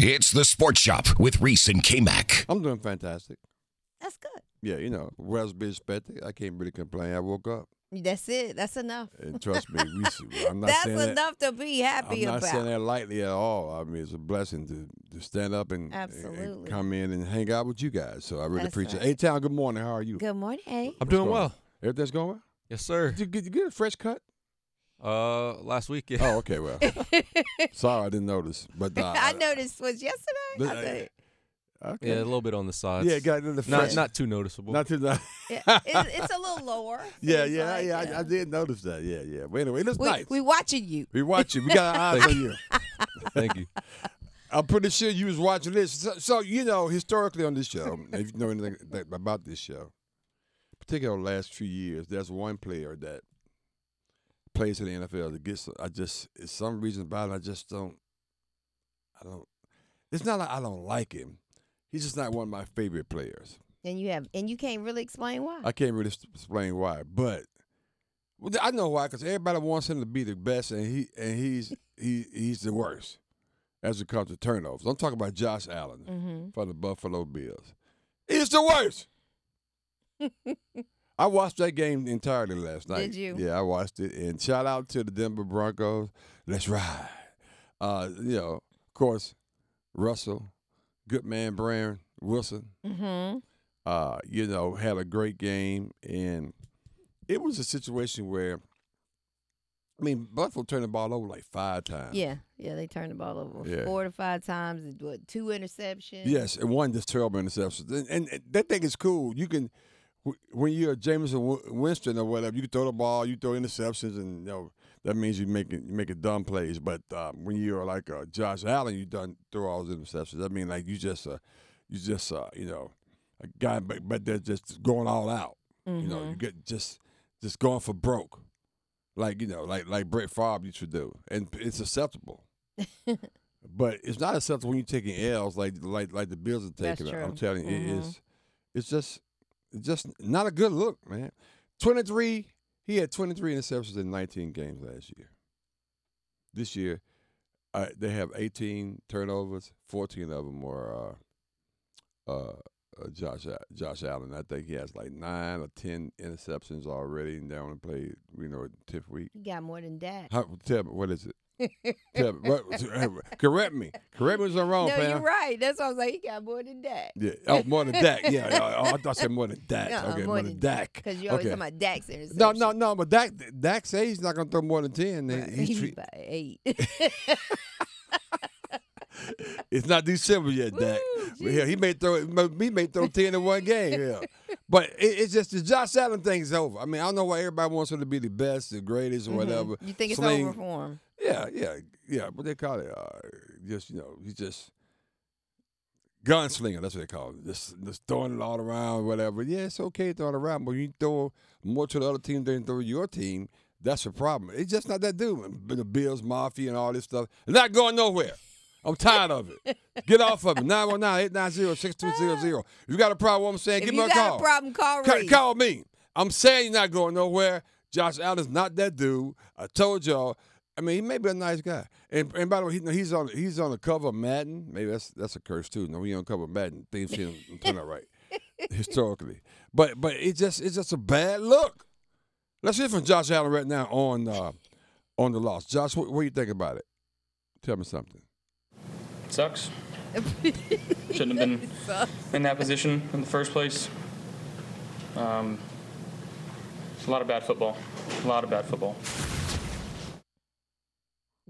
It's the Sports Shop with Reese and K Mac. I'm doing fantastic. That's good. Yeah, you know, whereas be expected, I can't really complain. I woke up, That's it. That's enough. and trust me, we, s- I'm not That's saying that. enough to be happy I'm not saying about. that lightly at all. I mean, it's a blessing to, to stand up and, and- and Absolutely. come in and hang out with you guys. So I really That's appreciate right. it. Hey, Town, good morning. How are you? Good morning. eh? I'm What's doing going on? well. Everything's going well? Yes, sir. Did you get, you get a fresh cut? Uh, last week, yeah. Oh, okay. Well, sorry, I didn't notice. But uh, I noticed was yesterday. But- uh, I think. Okay. yeah, a little bit on the sides. yeah, got the not fresh. not too noticeable. not too. Yeah, it's, it's a little lower. so yeah, it's yeah, like, yeah. uh, I, I did notice that. Yeah, yeah. But anyway, it looks we, nice. we watching you. We watch you. We got our eyes Thank on you. Thank you. I'm pretty sure you was watching this. So, so you know, historically on this show, if you know anything th- about this show, particularly the last few years, there's one player that plays in the NFL that gets. I just, it's some reason about it, I just don't. I don't. It's not like I don't like him. He's just not one of my favorite players. And you have and you can't really explain why. I can't really s- explain why, but well, I know why because everybody wants him to be the best, and he and he's he he's the worst as it comes to turnovers. I'm talking about Josh Allen mm-hmm. for the Buffalo Bills. He's the worst. I watched that game entirely last night. Did you? Yeah, I watched it. And shout out to the Denver Broncos. Let's ride. Uh, you know, of course, Russell, good man, Brand Wilson Mm-hmm. uh, you know, had a great game, and it was a situation where, I mean, Buffalo turned the ball over like five times. Yeah, yeah. They turned the ball over Yeah. four to five times. and What two interceptions? Yes, and one just terrible interception, and, and, and that thing is cool. You can, wh- when you're Jameson Win- Winston or whatever, you can throw the ball, you throw interceptions, and you know that means you make it, you make it dumb plays. But um, when you're like uh, Josh Allen, you done throw all those interceptions. I mean, like you just, uh, you just, uh, you know, a guy, but, but they're just going all out. hmm You know, you get just just going for broke, like you know, like like Brett Favre used to do, and p- it's acceptable. but it's not acceptable when you're taking L's like like like the Bills are That's taking. it. I'm true. telling you, it Mhm. is. It's just it's just not a good look, man. Twenty three. He had twenty three interceptions in nineteen games last year. This year, uh, they have eighteen turnovers. Fourteen of them were. Uh, uh, uh, Josh A- Josh Allen. I think he has like nine or ten interceptions already, and they only played you know tenth week. you got more than that. How, tell me what is it? tell me, what, correct me. Correct me if I'm wrong, no, fam. you're right. That's why I was like, he got more than that. Yeah. Oh, more than Dak. Yeah. Oh, I thought I said more than Dak. Uh-uh, okay, more more than than, Dak. Because you always Okay. talking about Dax interceptions. No, no, no. But Dak, Dak says he's not gonna throw more than ten. Right. He's He's tre- about eight. it's not December yet, Dak. Woo, Well, yeah, he may throw he may throw ten in one game. Yeah, but it, it's just the Josh Allen thing's over. I mean, I don't know why everybody wants him to be the best, the greatest, or Mhm. whatever. You think it's Sling. over for him? Yeah, yeah, yeah. What they call it? Uh, just you know, he's just gunslinger. That's what they call it. Just, just throwing it all around, whatever. Yeah, it's okay to throw it around, but when you throw more to the other team than you throw to your team, that's the problem. It's just not that dude. But The Bills Mafia and all this stuff. It's not going nowhere. I'm tired of it. Get off of it. 919-890-6200. If you got a problem, what I'm saying, If give you me a got call. a problem, call Ca- Reed. call me. I'm saying you're not going nowhere. Josh Allen's not that dude. I told y'all. I mean, he may be a nice guy. And, and by the way, he, he's on he's on the cover of Madden. Maybe that's that's a curse too. No, he on the cover of Madden. Things him turn out right historically. But but it's just it's just a bad look. Let's hear from Josh Allen right now on uh, on the loss. Josh, what, what do you think about it? Tell me something. Sucks. Shouldn't have been in that position in the first place. Um, it's a lot of bad football. A lot of bad football.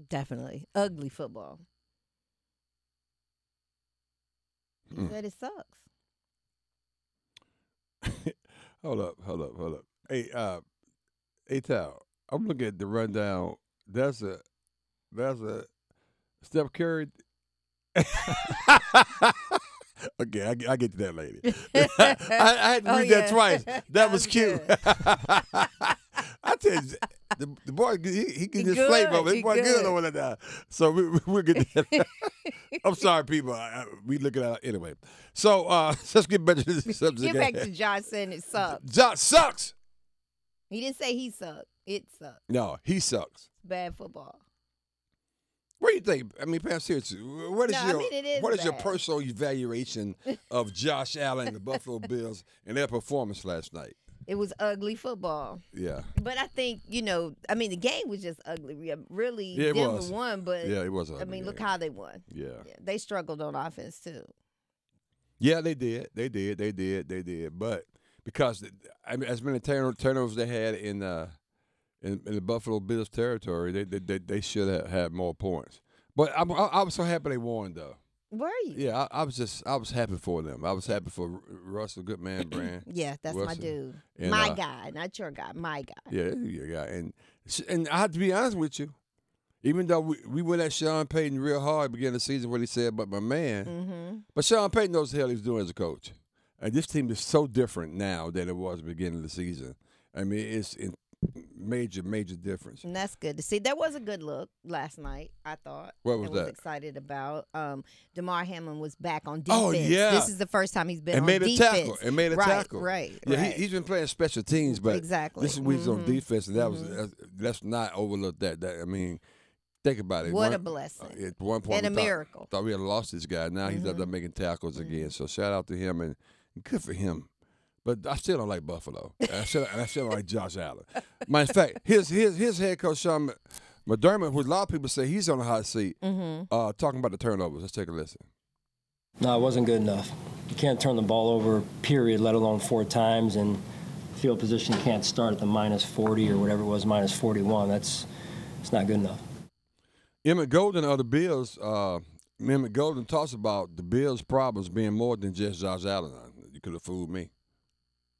Definitely. Ugly football. He Mm. said it sucks. Hold up, hold up, hold up. Hey, uh, hey, Tal, I'm looking at the rundown. That's a, that's a, Steph Curry. okay, I, get- I get to that later. I, I had to Oh, read yeah. that twice. That, That was was cute. good. I tell you, the, the boy, he, he He can just good, flame over. he This boy good, good. over there. now. So we, we, we'll get to that. I'm sorry, people. I, I, we look at our, anyway. So uh, let's get back to this subject. Get at back hand. to Josh saying it sucks. Josh sucks. He didn't say he sucked. It sucks. No, he sucks. Bad football. What do you think? I mean, Pam, seriously, what is No, I your mean, it is what is your bad. personal evaluation of Josh Allen and the Buffalo Bills and their performance last night? It was ugly football. Yeah, But I think, you know, I mean, the game was just ugly. Re- Really, Yeah, it Denver was. won, but yeah, it was. I mean, look how they won. Yeah. Yeah, they struggled on offense, too. Yeah, they did. They did. They did. They did. But because th- I mean, as many turn- turnovers they had in uh, in, in the Buffalo Bills territory, they they, they, they should have had more points. But I'm, I, I was so happy they won, though. Were you? Yeah, I, I was just I was happy for them. I was happy for Ru- Russell Goodman, Brand. Yeah, that's Wilson. my dude. And, my uh, guy, not your guy. My guy. yeah, yeah, yeah. And sh- and I have to be honest with you, even though we, we went at Sean Payton real hard at the beginning of the season, what he said about my man. Mm-hmm. But Sean Payton knows the hell he's doing as a coach. And this team is so different now than it was at the beginning of the season. I mean, it's in major, major difference. And that's good to see. That was a good look last night, I thought. What was I was that? excited about. Um, DeMar Hamlin was back on defense. Oh, yeah. This is the first time he's been and on made a defense. tackle. And made a right, tackle. Right, Yeah, right. He, he's been playing special teams, but exactly. this is when he's on Mhm. defense, and that Mhm. was that's, let's not overlook that. That I mean, think about it. What a One- blessing. uh, At one point, and a we thought- miracle. Thought we had lost this guy. Now he's up Mhm. there making tackles again. So shout out to him and good for him. But I still don't like Buffalo. And I still, and I still don't like Josh Allen. Matter of fact, his his his head coach Sean Mc- McDermott, who a lot of people say he's on the hot seat, Mm-hmm. uh, talking about the turnovers. Let's take a listen. No, it wasn't good enough. You can't turn the ball over, period, let alone four times, and field position can't start at the minus 40 or whatever it was, minus 41. That's it's not good enough. Emmett Golden of the Bills, uh, Emmett Golden talks about the Bills' problems being more than just Josh Allen. You could have fooled me.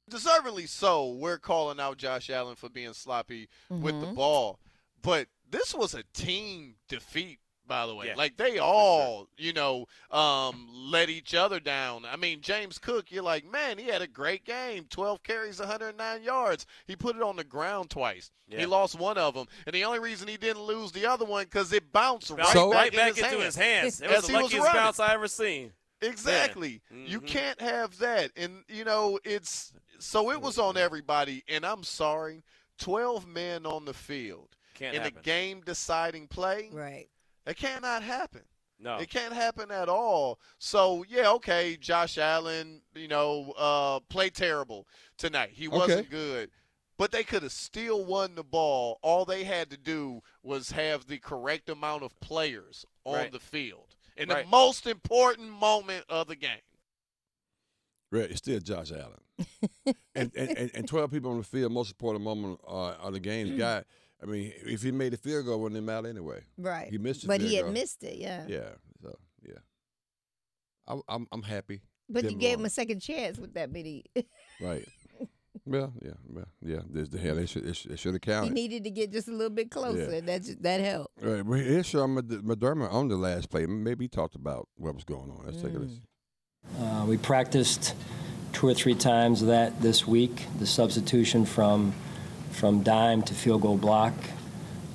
deservedly so, we're calling out Josh Allen for being sloppy with the ball. But this was a team defeat, by the way. like they all, you know, um, let each other down. I mean, James Cook, you're like, man, he had a great game. 12 carries, 109 yards. He put it on the ground twice. He lost one of them, and the only reason he didn't lose the other one because it bounced right, So- back, right in back his into hand. his hands. It As was the he was luckiest running. bounce I ever seen. Exactly. You Mhm. can't have that. And you know, it's so it was on Mm-hmm. everybody and I'm sorry, 12 men on the field Can't in happen. a game deciding play. Right. It cannot happen. No. It can't happen at all. So yeah, okay, Josh Allen, you know, uh played terrible tonight. He wasn't Okay. good. But they could have still won the ball. All they had to do was have the correct amount of players on Right. the field in Right. the most important moment of the game. Right, it's still Josh Allen. and, and, and and twelve people on the field, most important moment uh, of the game's guy. I mean, if he made the field goal, it wouldn't matter anyway. Right. He missed it. but he there, had girl. missed it, yeah. Yeah. So yeah. I'm I'm, I'm happy. But you Denver gave won. him a second chance with that many. right. Well, yeah, well, yeah. There's the hell. They should they should, they should have he counted. needed to get just a little bit closer. and That that helped. right. Well, here's Sean Mc- McDermott on the last play. Maybe he talked about what was going on. Let's take a listen. Uh, we practiced two or three times that this week, the substitution from from dime to field goal block,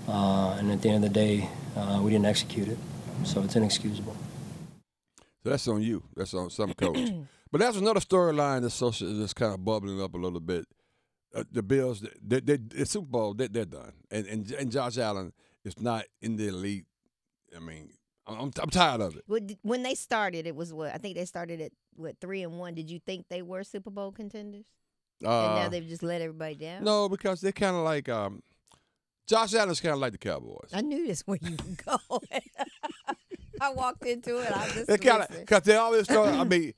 uh, and at the end of the day, uh, we didn't execute it, so it's inexcusable. So that's on you. That's on some coach. but that's another storyline that's, social, that's kind of bubbling up a little bit. Uh, the Bills, they, they, the Super Bowl, they, they're done. And, and and Josh Allen is not in the elite. I mean, I'm, I'm- I'm tired of it. But d- When they started, it was what I think they started at what three and one. Did you think they were Super Bowl contenders? and now Uh, they've just let everybody down. no, because they're kind of like um, Josh Allen's kind of like the Cowboys. I knew that's where you were going. I walked into it. I just They kind of listened. because they always throw. I mean,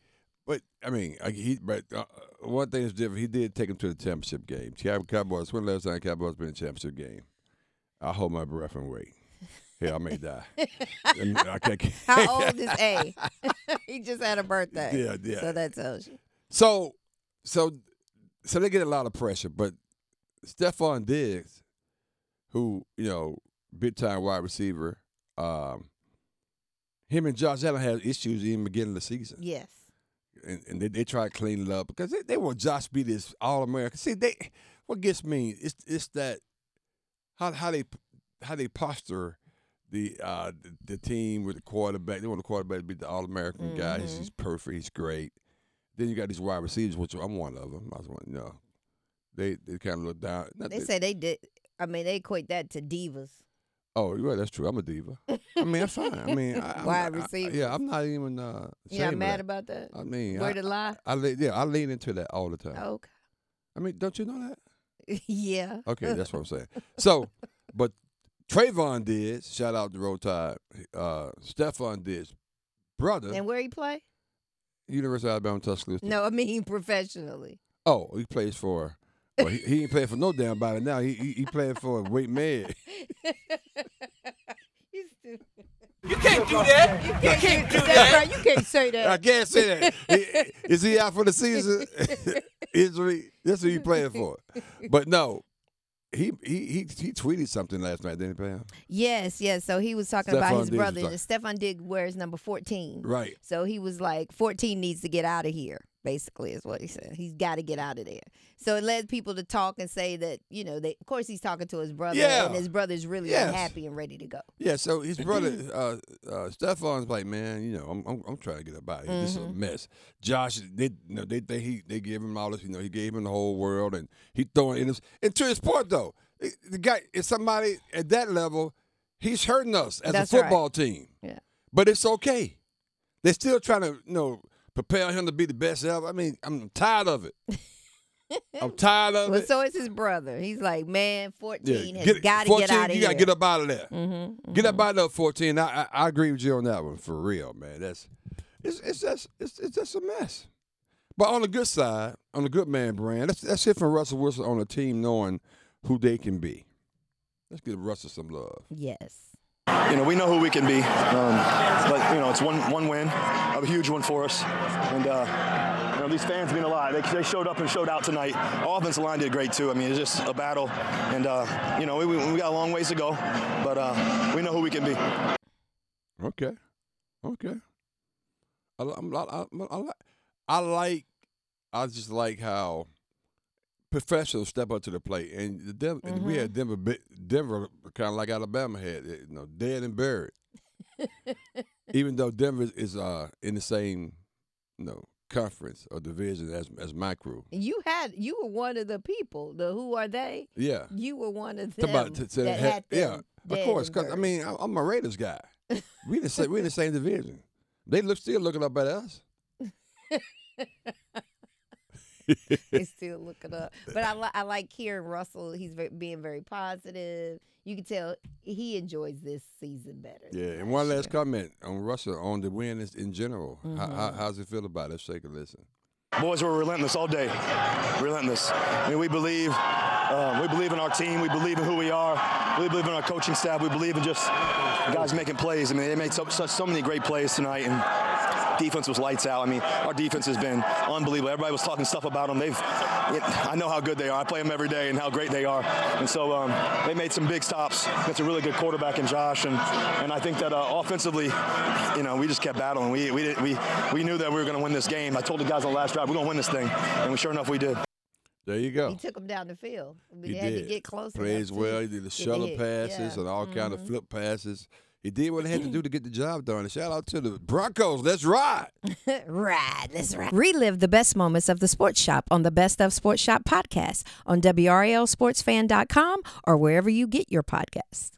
but I mean, I- he. But uh, one thing is different. He did take him to the championship game. Cow- Cowboys. When the last time Cowboys been in a championship game? I hold my breath and wait. Hell, I may die. I mean, I can't- How old is A? he just had a birthday. Yeah, yeah. So that tells you. So, so, so they get a lot of pressure. But Stephon Diggs, who you know, big time wide receiver, um, him and Josh Allen had issues even beginning of the season. Yes. and, and they, they try to clean it up because they, they want Josh be this all American. See, they what gets me is it's that how how they how they posture the uh the, the team with the quarterback. They want the quarterback to be the all American guy. He's, Mhm. he's perfect. He's great. Then you got these wide receivers, which I'm one of them. I was one, no. They they kind of look down. not They that- say they did. I mean, they equate that to divas. Oh, you're right. That's true. I'm a diva. I mean, I'm fine. I mean, I, I'm Wide not- I- receiver. yeah, I'm not even. Uh, You're not ashamed of mad that. about that? I mean, Word I, of lie? I le- yeah, I lean into that all the time. Okay. I mean, don't you know that? yeah. Okay, that's what I'm saying. So, but Trayvon did. Shout out to Roll Tide. Uh, Stefan did. Brother, And where he play? University of Alabama Tuscaloosa. No, I mean professionally. Oh, he plays for. Well, he, he ain't playing for no damn body now. He he, he playing for Wake Med. You stupid. Can't do that. You can't, do that. Right. You can't say I that. can't say that. He- Is he out for the season? Injury. That's who he playing for. But no, he he he, he tweeted something last night, didn't he, Pam? Yes, yes. So he was talking Stephon about his Diggs was brother. talking- and Stefan Digg wears number 14. Right. So he was like, 14 needs to get out of here, basically, is what he said. He's got to get out of there. So it led people to talk and say that, you know, they, of course he's talking to his brother, Yeah. and his brother's really Yes. unhappy and ready to go. Yeah. So his brother, uh, uh, Stefan's like, man, you know, I'm I'm, I'm trying to get up out of here. This is Mm-hmm. a mess. Josh, they you know, they think he they gave him all this. You know, he gave him the whole world, and he throwing in his. And to his point though, the- the guy is somebody at that level. He's hurting us as That's a right. football team. Yeah. But it's okay. They're still trying to, you know, prepare him to be the best ever. I mean, I'm tired of it. I'm tired of Well, it. so it's his brother. He's like, man, 14 has get- got to 14, get out of you here. gotta get up out of there. Mm-hmm. Get up out of there, 14. I, I I agree with you on that one for real, man. That's it's it's just it's, it's just a mess. But on the good side, on the good man brand, that's that's it from Russell Wilson on a team knowing who they can be. Let's give Russell some love. Yes. you know, we know who we can be. Um, but you know, it's one one win, a huge one for us. And uh, you know, these fans mean a lot. They, they showed up and showed out tonight. Our offensive line did great too. I mean, it's just a battle, and uh, you know, we, we we got a long ways to go, but uh, we know who we can be. Okay, okay. I, li- I'm, I, I, I like. I like. I just like how professionals step up to the plate, and the Denver, and we Mm-hmm. had Denver, bi- Denver kind of like Alabama had, you know, dead and buried. Even though Denver is uh, in the same, you know, conference or division as as my crew. You had you were one of the people. The who are they? Yeah. You were one of them Talk about to- to that ha- had them yeah, dead of course. and Cause I buried. mean, I- I'm a Raiders guy. We the same. We in the same division. They look still looking up at us. they still look it up. But I li- I like hearing Russell. He's very, being very positive. You can tell he enjoys this season better. than Yeah, and one last last comment on Russell on the win is- in general. How, how, Mm-hmm. how's it feel about it? Let's take a listen. Boys were relentless all day. Relentless. I mean, we believe. Uh, we believe in our team. We believe in who we are. We believe in our coaching staff. We believe in just the guys making plays. I mean, they made so, so, so many great plays tonight, and defense was lights out. I mean, our defense has been unbelievable. Everybody was talking stuff about them. They've, it, I know how good they are. I play them every day and how great they are. And so um, they made some big stops. That's a really good quarterback in Josh, and and I think that uh, offensively, you know, we just kept battling. We we did, we we knew that we were going to win this game. I told the guys on the last drive we're going to win this thing, and we sure enough we did. There you go. He took him down the field. We He had did. to get close. enough Plays to well. He did get the shuttle hit. passes Yeah. Mm-hmm. and all kind of flip passes. He did what he had to do to get the job done. And shout out to the Broncos. Let's ride. ride. Let's ride. Relive the best moments of the Sports Shop on the Best of Sports Shop podcast on WRLSportsFan.com or wherever you get your podcasts.